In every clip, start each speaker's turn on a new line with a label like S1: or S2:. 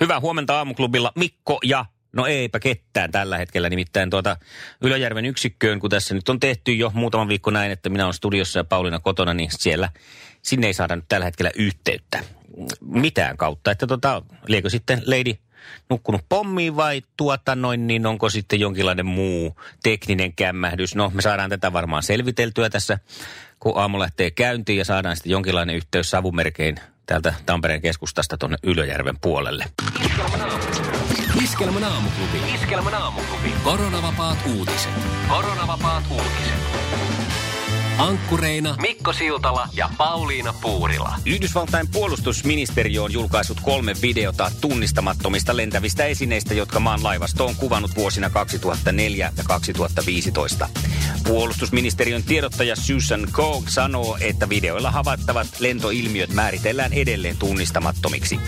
S1: Hyvää huomenta aamuklubilla Mikko ja No eipä ketään tällä hetkellä, nimittäin tuota Ylöjärven yksikköön, kun tässä nyt on tehty jo muutama viikko näin, että minä olen studiossa ja Pauliina kotona, niin siellä, sinne ei saada nyt tällä hetkellä yhteyttä mitään kautta. Että tota, liekö sitten Lady nukkunut pommiin vai tuota noin, niin onko sitten jonkinlainen muu tekninen kämmähdys? No me saadaan tätä varmaan selviteltyä tässä, kun aamu lähtee käyntiin ja saadaan sitten jonkinlainen yhteys savumerkein täältä Tampereen keskustasta tuonne Ylöjärven puolelle.
S2: Iskelmän aamuklubi. Iskelmän aamuklubi. Koronavapaat uutiset. Koronavapaat uutiset. Ankkureina Mikko Siltala ja Pauliina Puurila.
S1: Yhdysvaltain puolustusministeriö on julkaissut kolme videota tunnistamattomista lentävistä esineistä, jotka maan laivasto on kuvannut vuosina 2004 ja 2015. Puolustusministeriön tiedottaja Susan Cog sanoo, että videoilla havaittavat lentoilmiöt määritellään edelleen tunnistamattomiksi.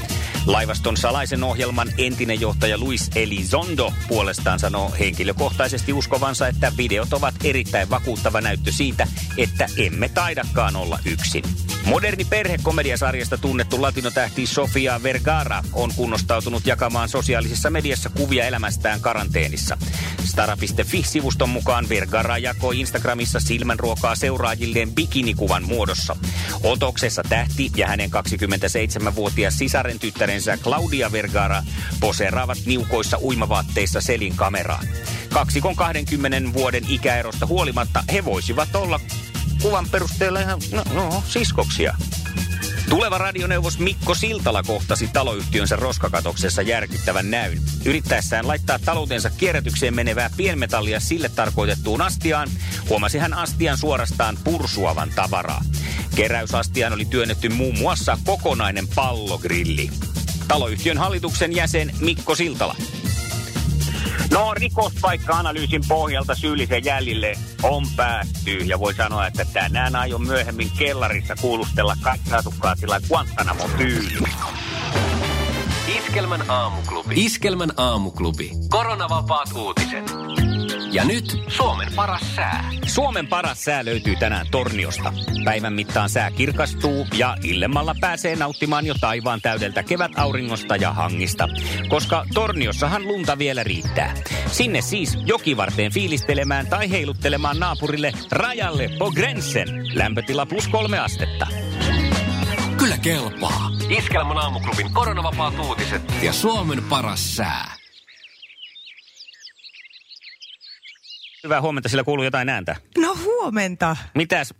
S1: Laivaston salaisen ohjelman entinen johtaja Luis Elizondo puolestaan sanoo henkilökohtaisesti uskovansa, että videot ovat erittäin vakuuttava näyttö siitä, että emme taidakaan olla yksin. Moderni perhekomediasarjasta tunnettu latinotähti Sofia Vergara on kunnostautunut jakamaan sosiaalisessa mediassa kuvia elämästään karanteenissa. Stara.fi-sivuston mukaan Vergara jakoi Instagramissa silmänruokaa seuraajilleen bikinikuvan muodossa. Otoksessa tähti ja hänen 27-vuotias sisaren tyttärensä Claudia Vergara poseeraavat niukoissa uimavaatteissa selin kameraan. Kaksikon 20 vuoden ikäerosta huolimatta he voisivat olla kuvan perusteella ihan, no, no siskoksia. Tuleva radioneuvos Mikko Siltala kohtasi taloyhtiönsä roskakatoksessa järkyttävän näyn. Yrittäessään laittaa taloutensa kierrätykseen menevää pienmetallia sille tarkoitettuun astiaan, huomasi hän astian suorastaan pursuavan tavaraa. Keräysastiaan oli työnnetty muun muassa kokonainen pallogrilli. Taloyhtiön hallituksen jäsen Mikko Siltala. No rikospaikka-analyysin pohjalta syyllisen jäljille on päästy ja voi sanoa, että tänään aion myöhemmin kellarissa kuulustella katsasukkaa sillä guantanamo tyyli.
S2: Iskelmän aamuklubi.
S3: Iskelmän aamuklubi.
S2: Koronavapaat uutiset.
S3: Ja nyt
S2: Suomen paras sää.
S1: Suomen paras sää löytyy tänään Torniosta. Päivän mittaan sää kirkastuu ja illemmalla pääsee nauttimaan jo taivaan täydeltä kevätauringosta ja hangista, koska Torniossahan lunta vielä riittää. Sinne siis jokivarteen fiilistelemään tai heiluttelemaan naapurille rajalle Pogrensen. Lämpötila plus kolme astetta.
S3: kyllä kelpaa.
S2: Iskelmän aamuklubin koronavapaat uutiset.
S3: Ja Suomen paras sää.
S1: Hyvää huomenta, sillä kuuluu jotain ääntä.
S4: No huomenta.
S1: Mitäs?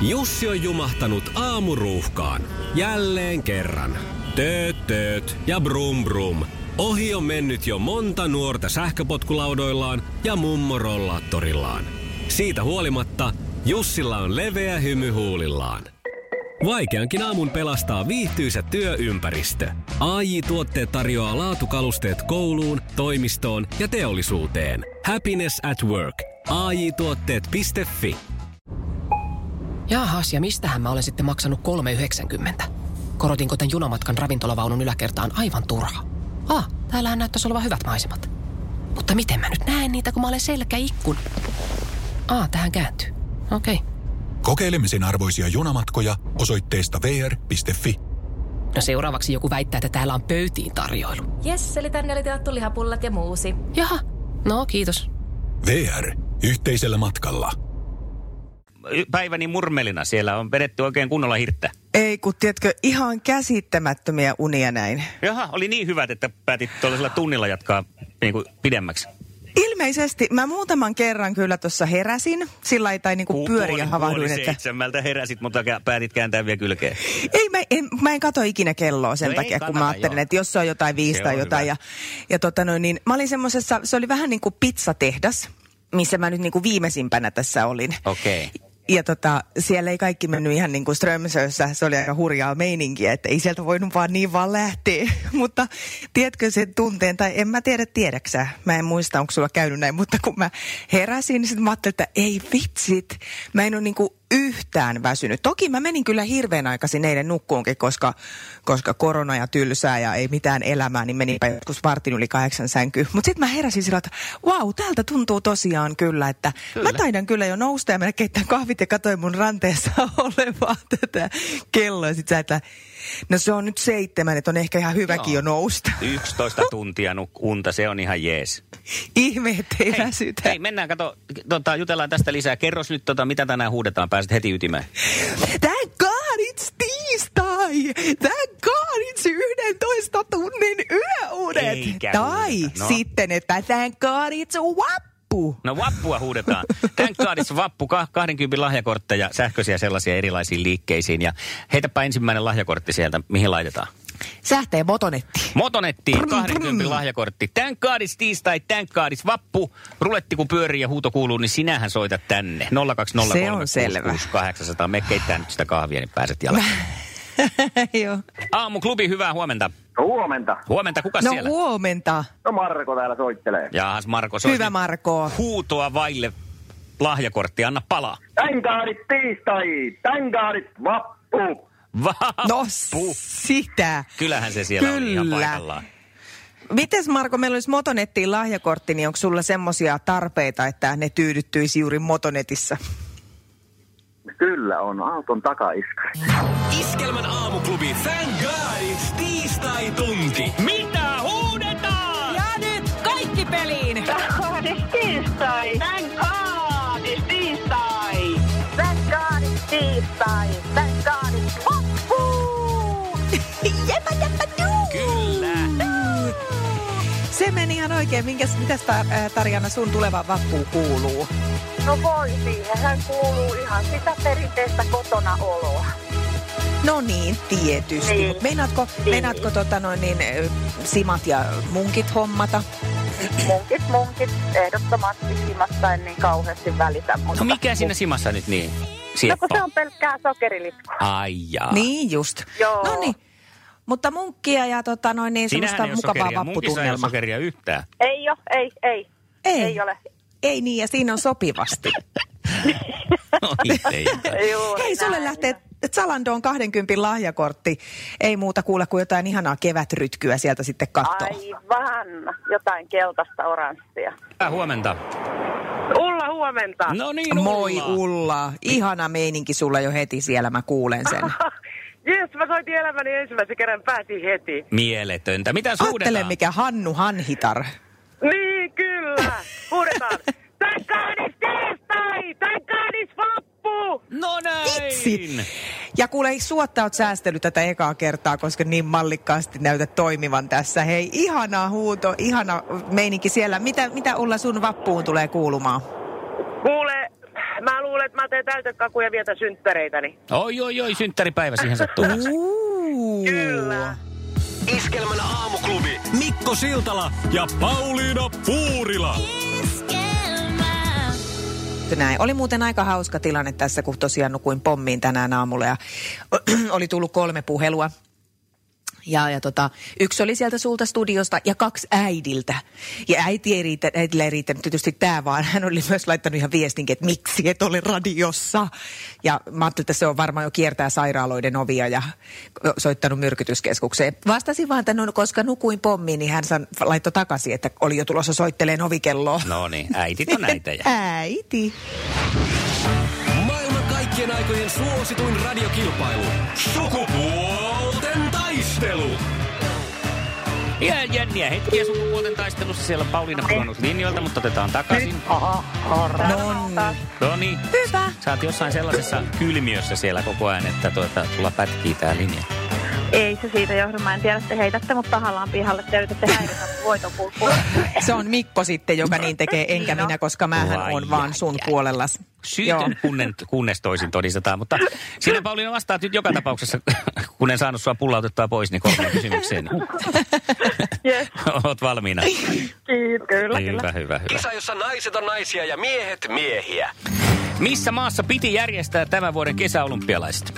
S2: Jussi on jumahtanut aamuruuhkaan. Jälleen kerran. Tööt, tööt ja brum brum. Ohi on mennyt jo monta nuorta sähköpotkulaudoillaan ja mummorollaattorillaan. Siitä huolimatta Jussilla on leveä hymy huulillaan. Vaikeankin aamun pelastaa viihtyisä työympäristö. AI Tuotteet tarjoaa laatukalusteet kouluun, toimistoon ja teollisuuteen. Happiness at work. AJ Tuotteet.fi
S5: Jaahas, ja mistähän mä olen sitten maksanut 3,90? Korotinko tämän junamatkan ravintolavaunun yläkertaan aivan turha? Ah, täällähän näyttäisi olevan hyvät maisemat. Mutta miten mä nyt näen niitä, kun mä olen selkäikkun? Ah, tähän kääntyy. Okei. Okay.
S6: Kokeilemisen arvoisia junamatkoja osoitteesta vr.fi.
S5: No seuraavaksi joku väittää, että täällä on pöytiin tarjoilu.
S7: Jes, eli tänne oli tilattu lihapullat ja muusi.
S5: Jaha, no kiitos.
S6: VR. Yhteisellä matkalla.
S1: Y- Päiväni murmelina siellä on vedetty oikein kunnolla hirttä.
S4: Ei kun, tiedätkö, ihan käsittämättömiä unia näin.
S1: Jaha, oli niin hyvät, että päätit tuollaisella tunnilla jatkaa niin kuin pidemmäksi.
S4: Ilmeisesti mä muutaman kerran kyllä tuossa heräsin, sillä ei tai niinku pyöriä
S1: puoli-
S4: havahduin,
S1: puoli
S4: että...
S1: seitsemältä heräsit, mutta kä- päätit kääntää vielä kylkeen.
S4: Ei, mä en, mä en katso ikinä kelloa sen
S1: No ei
S4: takia, kun
S1: kannata,
S4: mä ajattelin,
S1: joo.
S4: että jos se on jotain viisi
S1: Se
S4: tai
S1: on
S4: jotain.
S1: hyvä.
S4: Ja, ja tota noin, niin mä olin niinku semmosessa, se oli vähän niin kuin pizzatehdas, missä mä nyt niin kuin viimeisimpänä niinku tässä olin.
S1: Okei.
S4: Ja tota, siellä ei kaikki mennyt ihan niin kuin Strömsössä, se oli aika hurjaa meininkiä, että ei sieltä voinut vaan niin vaan lähteä. mutta tiedätkö sen tunteen, tai en mä tiedä tiedäksä, mä en muista onko sulla käynyt näin, mutta kun mä heräsin, niin sit mä ajattelin, että ei vitsit, mä en ole niin kuin yhtään väsynyt. Toki mä menin kyllä hirveän aikaisin eilen nukkuunkin, koska, koska korona ja tylsää ja ei mitään elämää, niin menipä joskus vartin yli kahdeksan sänkyyn. Mutta sitten mä heräsin sillä, että vau, tältä tuntuu tosiaan kyllä, että kyllä. mä taidan kyllä jo nousta ja mennä keittää kahvit ja katsoin mun ranteessa olevaa tätä kelloa. Sitten sä, että no se on nyt seitsemän, että on ehkä ihan hyväkin Joo. jo nousta.
S1: 11 tuntia nuk- unta, se on ihan jees.
S4: Ihme, ettei
S1: Hei,
S4: väsytä.
S1: hei mennään, kato, tota, jutellaan tästä lisää. Kerros nyt, tota, mitä tänään huudetaan, pääset heti ytimeen.
S4: Thank God it's tiistai! Thank God it's 11 tunnin yöunet!
S1: Eikä
S4: tai
S1: huudeta, no.
S4: sitten, että thank God it's vappu!
S1: No vappua huudetaan. Thank God it's vappu, Ka- 20 lahjakortteja, sähköisiä sellaisia erilaisiin liikkeisiin. Ja heitäpä ensimmäinen lahjakortti sieltä, mihin laitetaan.
S4: Sähteen motonetti.
S1: Motonettiin 20 lahjakortti. Thank God it's tiistai, thank God it's vappu. Ruletti kun pyörii ja huuto kuuluu, niin sinähän soitat tänne. 0203
S4: Se on selvä.
S1: 800. Me keittää nyt sitä kahvia, niin pääset jalan.
S4: Joo.
S1: Aamuklubi, hyvää huomenta.
S8: Huomenta.
S1: Huomenta, kuka
S4: No
S1: siellä?
S4: huomenta.
S8: No Marko täällä soittelee.
S1: Jaahas Marko, se
S4: Hyvä Marko.
S1: huutoa vaille lahjakortti, anna palaa.
S8: Tänkaarit tiistai, tänkaarit vappu.
S1: Vappu.
S4: No sitä.
S1: Kyllähän se siellä on ihan
S4: Kyllä.
S1: paikallaan.
S4: Mites Marko, meillä olisi Motonettiin lahjakortti, niin onko sulla semmoisia tarpeita, että ne tyydyttyisi juuri Motonetissa?
S8: Kyllä on, auton takaiskari.
S2: Iskelmän aamuklubi Thank God it's tiistai tunti.
S1: Mitä huudetaan?
S5: Ja nyt kaikki peliin!
S4: Jepä, jepä, juu! Se meni ihan oikein. Minkäs, mitäs tar, äh, Tarjana sun tuleva vappu kuuluu?
S9: No voi siihen, hän kuuluu ihan sitä perinteistä kotona oloa.
S4: No niin, tietysti.
S9: Niin.
S4: Niin. Meinaatko,
S9: Niin.
S4: meinaatko tota noin, niin, äh, simat ja munkit hommata?
S9: Munkit, munkit, ehdottomasti simasta en niin kauheasti välitä. Mutta
S1: No mikä siinä simassa nyt niin?
S9: No kun
S1: Sieppa.
S9: se on pelkkää sokerilitkua.
S1: Ai jaa.
S4: Niin just.
S9: Joo.
S4: No niin. Mutta munkkia ja tota noin, niin
S1: Sinähän
S4: semmoista
S1: ei ole
S4: mukavaa
S1: sokeria. Munkissa ei ole
S4: vapputunnelmaa.
S1: sokeria yhtään.
S9: Ei ole, ei, ei.
S4: Ei.
S9: ei ole.
S4: Ei niin, ja siinä on sopivasti.
S1: Oi, No niin, ei.
S9: Juuri
S4: Hei, sulle
S9: näin.
S4: lähtee Zalandoon 20 lahjakortti. Ei muuta kuule kuin jotain ihanaa kevätrytkyä sieltä sitten katsoa.
S9: Aivan, jotain keltaista oranssia.
S1: Hyvää huomenta.
S9: Ulla, huomenta.
S1: No niin,
S4: Moi
S1: Ulla.
S4: Ulla. Ihana meininki sulla jo heti siellä, mä kuulen sen.
S9: Jes, mä soitin elämäni ensimmäisen kerran, pääsin heti.
S1: Mieletöntä. Mitä
S4: Ajattele
S1: suudetaan?
S4: mikä Hannu Hanhitar.
S9: Niin, kyllä. Huudetaan. Tankaanis tiistai! Tankaanis vappu!
S1: No näin.
S4: Vitsi. Ja kuule, suotta oot säästellyt tätä ekaa kertaa, koska niin mallikkaasti näytät toimivan tässä. Hei, ihana huuto, ihana meininki siellä. Mitä, mitä Ulla sun vappuun tulee kuulumaan?
S9: Kuule, mä luulen, että mä teen täytekakuja ja vietän synttäreitäni.
S1: Oi, oi, oi, synttäripäivä siihen sattuu.
S4: Uuu.
S9: Kyllä.
S2: Iskelmän aamuklubi Mikko Siltala ja Pauliina Puurila.
S4: Näin. Oli muuten aika hauska tilanne tässä, kun tosiaan nukuin pommiin tänään aamulla ja oli tullut kolme puhelua. Ja, ja tota, yksi oli sieltä sulta studiosta ja kaksi äidiltä. Ja äiti ei riitä, äitillä ei riittänyt tietysti tämä, vaan hän oli myös laittanut ihan viestinkin, että miksi et ole radiossa. Ja mä ajattelin, että se on varmaan jo kiertää sairaaloiden ovia ja soittanut myrkytyskeskukseen. Vastasin vaan, että no, koska nukuin pommiin, niin hän san, laittoi takaisin, että oli jo tulossa soitteleen ovikelloa.
S1: No niin, äitit on äitejä.
S4: Äiti.
S2: Maailman kaikkien aikojen suosituin radiokilpailu. Sukupuolten taistelu.
S1: Ja jänniä hetkiä sukupuolten taistelussa. Siellä on Pauliina pudonnut linjoilta, mutta otetaan takaisin.
S4: Nonni.
S1: No niin. Hyvä. Sä oot jossain sellaisessa kylmiössä siellä koko ajan, että tuota, sulla pätkii tää linja.
S9: Ei se siitä johdu. Mä en tiedä, te heitätte mut tahallaan pihalle. Te yritätte häiritä mun voitokulkua.
S4: Se on Mikko sitten, joka niin tekee, enkä
S9: Niin on.
S4: minä, koska mähän
S1: Vai
S4: on vaan sun puolellas. Joo.
S1: Syytön, kunnen, kunnes toisin todistetaan. Mutta sinä Pauliina vastaat nyt joka tapauksessa, kun en saanut sua pullautettua pois, niin kolmeen kysymykseen.
S9: Yes,
S1: Oot valmiina.
S9: kiit, kyllä, kyllä.
S1: Hyvä, hyvä, hyvä.
S3: Kisa, jossa naiset on naisia ja miehet miehiä.
S1: Missä maassa piti järjestää tämän vuoden kesäolympialaiset?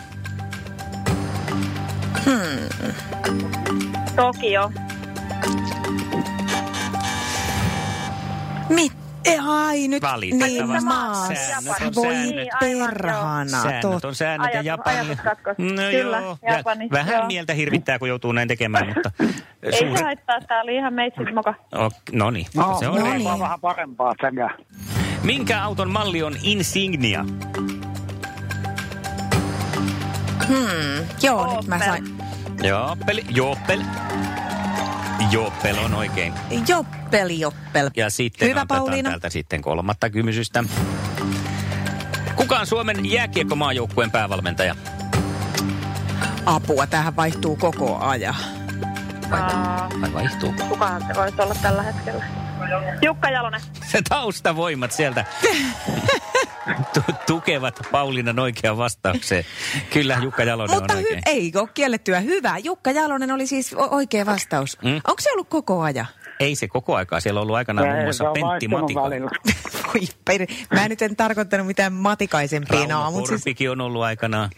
S9: Tokio.
S4: Mit? Eh, Ai nyt,
S1: Valitettavasti.
S4: niin
S1: Säännöt
S4: maassa.
S1: on
S4: Voi
S1: säännöt.
S4: perhana.
S1: Säännöt on
S4: totta.
S1: säännöt ja
S9: Ajatus-
S1: Japani.
S9: ajatuskatkos.
S1: No
S9: Kyllä,
S1: joo,
S9: Japani,
S1: Vähän
S9: joo.
S1: mieltä hirvittää, kun joutuu näin tekemään, mutta...
S9: Ei se haittaa, tää oli ihan meitsit moka.
S1: Okay, no niin, se on
S4: no
S1: reilu.
S4: niin.
S8: Vähän parempaa tänään.
S1: Minkä auton malli on Insignia?
S4: Joo, Oh, nyt mä sain.
S1: Jooppeli, Jooppel. Jooppel on oikein.
S4: Joppeli, joppel.
S1: Ja sitten
S4: Hyvä,
S1: otetaan
S4: Pauliina.
S1: täältä sitten kolmatta kysymystä. Kuka on Suomen jääkiekkomaajoukkueen päävalmentaja?
S4: Apua, tähän vaihtuu koko ajan.
S1: Vai, vai vaihtuu?
S9: Kukahan se voisi olla tällä hetkellä? Jukka Jalonen.
S1: Se taustavoimat sieltä tu- tukevat Paulinan oikean vastaukseen. Kyllä Jukka Jalonen
S4: Mutta
S1: on
S4: hy-
S1: oikein.
S4: ei ole kiellettyä. Hyvä. Jukka Jalonen oli siis o- oikea vastaus.
S1: Mm.
S4: Mm? Onko se ollut koko ajan?
S1: Ei se koko aikaa. Siellä on ollut aikanaan muun muassa Pentti Matikainen.
S4: Voi per... Mä nyt en tarkoittanut mitään matikaisempia
S1: Rauno
S4: naamuja, mutta siis
S1: Korpikin on ollut aikanaan.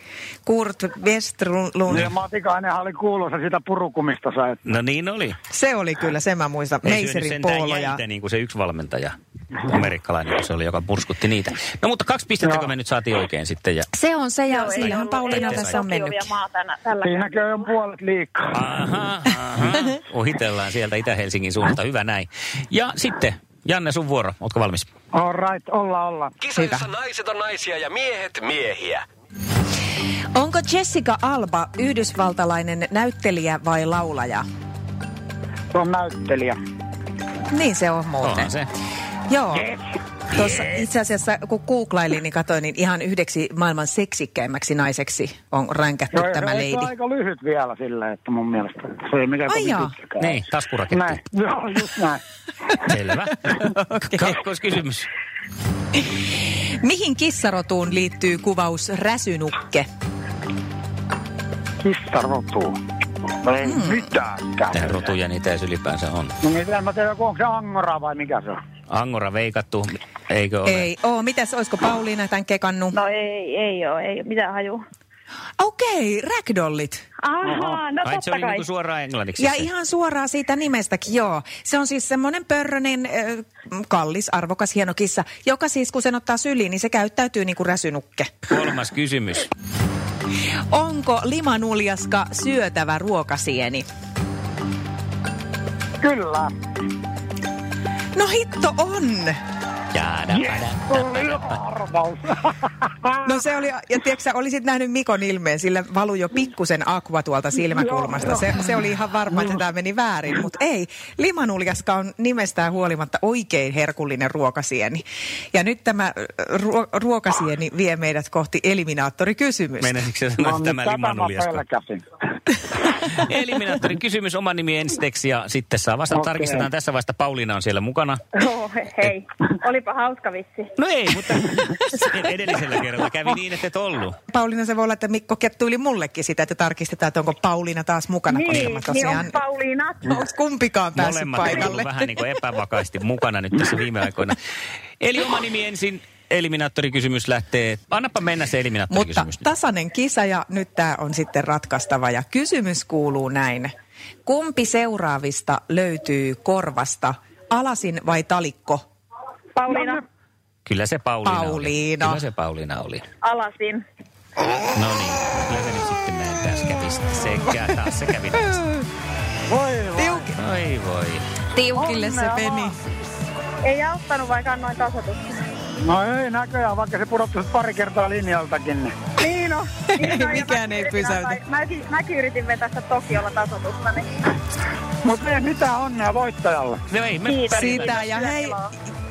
S4: Kurt Westerlund.
S10: Ja Matikainenhan oli kuulossa sitä purukumista sai.
S1: No niin oli.
S4: Se oli kyllä, sen mä muistan.
S1: Ei syönyt
S4: Meiserin
S1: sentään
S4: Poolo
S1: jäitä,
S4: ja...
S1: niin kuin se yksi valmentaja, amerikkalainen, kun se oli, joka purskutti niitä. No mutta kaksi pistettäkö me nyt saatiin oikein sitten. Ja...
S4: Se on se ja
S9: Joo, ei
S4: siinähän
S9: ollut-
S4: Pauliina
S9: ei ollut
S4: tässä on
S9: Tokiovia
S4: mennyt.
S9: maa tänä, tällä
S10: Siinäkin on jo puolet liikaa.
S1: Aha, aha. Ohitellaan sieltä Itä-Helsingin suunnalta. Hyvä näin. Ja sitten, Janne, sun vuoro. Ootko valmis?
S10: All right, olla, olla.
S3: Kisa, jossa naiset on naisia ja miehet miehiä.
S4: Onko Jessica Alba yhdysvaltalainen näyttelijä vai laulaja?
S10: Se on näyttelijä.
S4: Niin se on muuten.
S1: Onhan se.
S4: Joo. Tuossa itse asiassa, kun googlailin, niin katsoin, niin ihan yhdeksi maailman seksikkäimmäksi naiseksi on ränkätty
S10: Se-
S4: tämä
S10: se- Se on
S4: leidi.
S10: aika lyhyt vielä sillä, että mun mielestä se ei mikään
S4: Ai
S10: kovin
S4: jaa.
S10: pitkäkään.
S1: Niin, taskuraketti.
S10: Näin, joo, just näin.
S1: Selvä. Kakkoskysymys.
S4: Mihin kissarotuun liittyy kuvaus räsynukke?
S10: Kissa rotuu. No ei hmm. mitään.
S1: Mitä rotuja niitä edes ylipäänsä on?
S10: No mitä, mä tiedän, onko se angora vai mikä se on.
S1: Angora veikattu, eikö ole?
S4: Ei oo. Mitäs, olisiko Pauliina tämän kekannu?
S9: No ei, ei oo, ei oo. Mitä haju?
S4: Okei, ragdollit.
S9: Ahaa, no
S1: Ai, se
S9: totta
S1: oli
S9: kai.
S1: niinku suoraan englanniksi.
S4: Ja
S1: se.
S4: ihan suoraan siitä nimestäkin, joo. Se on siis semmoinen pörrönen, ö, kallis, arvokas, hieno kissa, joka siis kun sen ottaa syliin, niin se käyttäytyy niin kuin räsynukke.
S1: Kolmas kysymys.
S4: Onko limanuljaska syötävä ruokasieni?
S10: Kyllä.
S4: No hitto on!
S1: Jäädä,
S10: Tuli arvaus.
S4: No se oli, ja tiedätkö, sä olisit nähnyt Mikon ilmeen, sillä valui jo pikkusen akua tuolta silmäkulmasta. Se, se oli ihan varma, että tämä meni väärin, mutta ei. Limanuljaska on nimestään huolimatta oikein herkullinen ruokasieni. Ja nyt tämä äh, ruo- ruokasieni vie meidät kohti eliminaattorikysymystä.
S1: Meinaisitko sä sanoa,
S10: No
S1: että tämä
S10: niin, Tätä mä
S1: limanuljaska?
S10: pelkäsin.
S1: Eliminaattori kysymys, oma nimi ensiteksi ja sitten saa vastata.
S10: Okei.
S1: Tarkistetaan tässä vasta, Pauliina on siellä mukana.
S9: Joo, Oh, hei. Olipa hauska vissi.
S1: No ei, mutta edellisellä kerralla kävi niin, että et ollut.
S4: Pauliina, se voi olla, että Mikko kettuili mullekin sitä, että tarkistetaan, että onko Pauliina taas mukana, koska
S9: Niin,
S4: mä
S9: niin on
S4: tosiaan...
S9: Pauliina.
S4: Onko kumpikaan päässyt
S1: Niin Molemmat on ollut
S4: paikalle?
S1: vähän niin kuin epävakaasti mukana nyt tässä viime aikoina. Eli oma nimi ensin, eliminaattorikysymys lähtee. Annapa mennä se
S4: Mutta
S1: eliminaattorikysymys. nyt.
S4: tasainen kisa ja nyt tämä on sitten ratkaistava ja kysymys kuuluu näin. Kumpi seuraavista löytyy korvasta, alasin vai talikko?
S9: Pauliina,
S1: Kyllä se Pauliina,
S4: Pauliina.
S1: oli. Kyllä se Pauliina oli.
S9: alasin.
S1: No niin, kyllä se nyt sitten näin tässä kävi. Sekä taas se kävi näin.
S4: Tiuk-
S1: Oi voi.
S4: tiukille se meni.
S9: Ei auttanut, vaikka annoin tasotusta.
S10: No ei näköjään, vaikka se pudottaisi pari kertaa linjaltakin. Niin.
S9: Niin on. Niin on, ja
S4: Mikään
S9: mäkin
S4: ei
S9: yritin
S4: pysäytä.
S9: antaa- Mäkin, mäkin yritin vetää sitä Tokiolla tasotusta, niin
S10: Mutta ei mitään onnea voittajalle.
S1: No ei, me
S9: Kiitos.
S1: pärjätään.
S4: Sitä ja hei,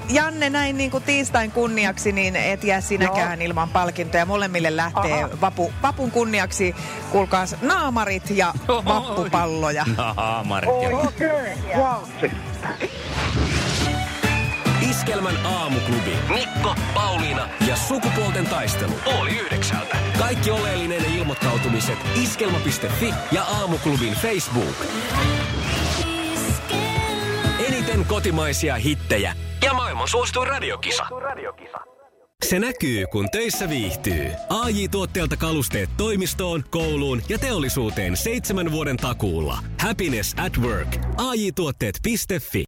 S4: Janne, näin niin kuin tiistain kunniaksi, niin et jää sinäkään Joo. ilman palkintoja. Molemmille lähtee
S10: Aha.
S4: vapu, vapun kunniaksi, kuulkaas, naamarit ja vappupalloja.
S1: Naamarit.
S10: Okei, wow.
S2: Iskelmän aamuklubi.
S3: Mikko, Pauliina
S2: ja sukupuolten taistelu.
S3: oli yhdeksältä.
S2: Kaikki oleellinen ilmoittautumiset iskelma.fi ja aamuklubin Facebook. Eniten kotimaisia hittejä.
S3: Ja maailman suosituin radiokisa.
S2: Se näkyy, kun töissä viihtyy. ai tuotteelta kalusteet toimistoon, kouluun ja teollisuuteen seitsemän vuoden takuulla. Happiness at work. AJ-tuotteet.fi.